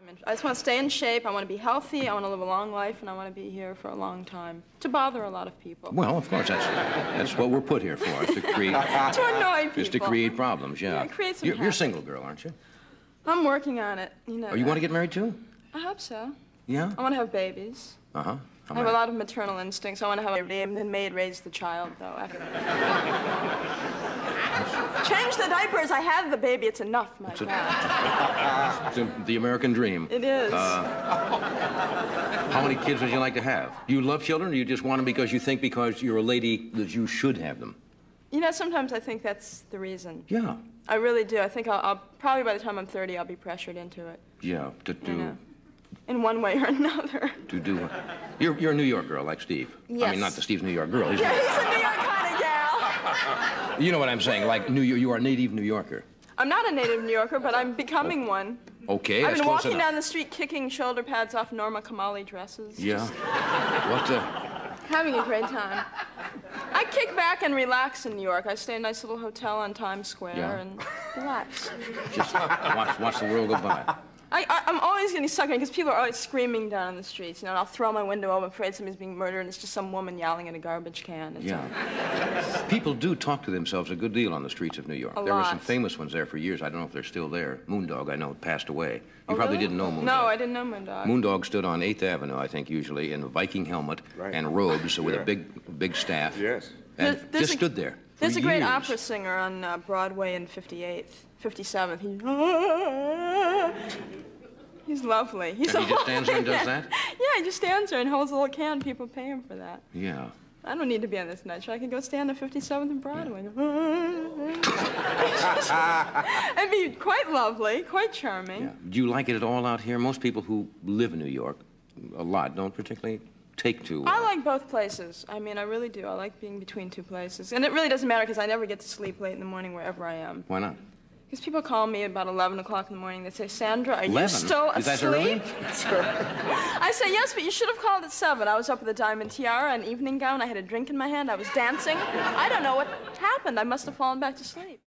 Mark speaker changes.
Speaker 1: I'm in- I just want to stay in shape. I want to be healthy. I want to live a long life, and I want to be here for a long time to bother a lot of people.
Speaker 2: Well, of course, that's, that's what we're put here for, is to create,
Speaker 1: to annoy people.
Speaker 2: is to create problems, yeah.
Speaker 1: Yeah, create some
Speaker 2: You're, you're a
Speaker 1: havoc.
Speaker 2: single girl, aren't you?
Speaker 1: I'm working on it. You know.
Speaker 2: Oh, you want to get married too?
Speaker 1: I hope so.
Speaker 2: Yeah?
Speaker 1: I want to have babies.
Speaker 2: Uh-huh.
Speaker 1: Oh,
Speaker 2: How
Speaker 1: I have a
Speaker 2: many?
Speaker 1: lot of maternal instincts. I want to have a baby and maid raise the child, though. After. Change the diapers. I have the baby. It's enough, my
Speaker 2: a-
Speaker 1: God.
Speaker 2: The- The American dream. Uh,
Speaker 1: It is.
Speaker 2: How many kids would you like to have? Do you love children, or you just want them because you think because you're a lady that you should have them?
Speaker 1: you know, sometimes I think that's the reason.
Speaker 2: Yeah.
Speaker 1: I really do. I think I'll, I'll probably by the time I'm 30, I'll be pressured into it.
Speaker 2: Yeah, to
Speaker 1: You
Speaker 2: do,
Speaker 1: know, in one way or another.
Speaker 2: to do. what- You're, you're a New York girl, like Steve. I mean,
Speaker 1: Yes.
Speaker 2: not that Steve's a New York girl. He's,
Speaker 1: Yeah, he's a New York kind of gal.
Speaker 2: you know what I'm saying? Like New York, you are a native New Yorker.
Speaker 1: I'm not a native New Yorker, but I'm becoming one.
Speaker 2: Okay,
Speaker 1: I've
Speaker 2: that's
Speaker 1: been
Speaker 2: close
Speaker 1: walking
Speaker 2: enough.
Speaker 1: down the street kicking shoulder pads off Norma Kamali dresses.
Speaker 2: Yeah.
Speaker 1: Just
Speaker 2: What the?
Speaker 1: having a great time. I kick back and relax in New York. I stay in a nice little hotel on Times Square
Speaker 2: Yeah.
Speaker 1: and relax.
Speaker 2: Just watch, watch the world go by.
Speaker 1: I, I, I'm always getting sucked in because people are always screaming down in the streets, you know, and I'll throw my window open, afraid somebody's being murdered, and it's just some woman yelling at a garbage can. It's
Speaker 2: Yeah. People do talk to themselves a good deal on the streets of New York.
Speaker 1: A
Speaker 2: there were some
Speaker 1: lot.
Speaker 2: famous ones there for years. I don't know if they're still there. Moondog, I know, passed away. You probably didn't know Moondog.
Speaker 1: Oh, No, I didn't know Moondog.
Speaker 2: Moondog stood on 8th Avenue, I think, usually, in a Viking helmet
Speaker 3: Right.
Speaker 2: and robes with a
Speaker 3: Yeah.
Speaker 2: big, big staff.
Speaker 3: Yes.
Speaker 2: And
Speaker 1: There- there's
Speaker 2: just
Speaker 1: a-
Speaker 2: stood there. for
Speaker 1: There's a great
Speaker 2: years.
Speaker 1: opera singer on uh, Broadway in 58th, 57th. He, he's lovely. He's
Speaker 2: And he
Speaker 1: a
Speaker 2: just stands there and does that?
Speaker 1: Yeah, he just stands there and holds a little can. People pay him for that.
Speaker 2: Yeah.
Speaker 1: I don't need to be on this night show. I can go stand on 57th and Broadway. It'd be quite lovely, quite charming.
Speaker 2: yeah. Do you like it at all out here? Most people who live in New York a lot don't particularly take to. uh,
Speaker 1: I like both places. I mean, I really do. I like being between two places. And it really doesn't matter because I never get to sleep late in the morning wherever I am.
Speaker 2: Why not?
Speaker 1: Because people call me about 11 o'clock in the morning. They say, Sandra, are you
Speaker 2: 11?
Speaker 1: still asleep?
Speaker 2: Is that early?
Speaker 1: I say, yes, but you should have called at 7. I was up with a diamond tiara, an evening gown. I had a drink in my hand. I was dancing. I don't know what happened. I must have fallen back to sleep.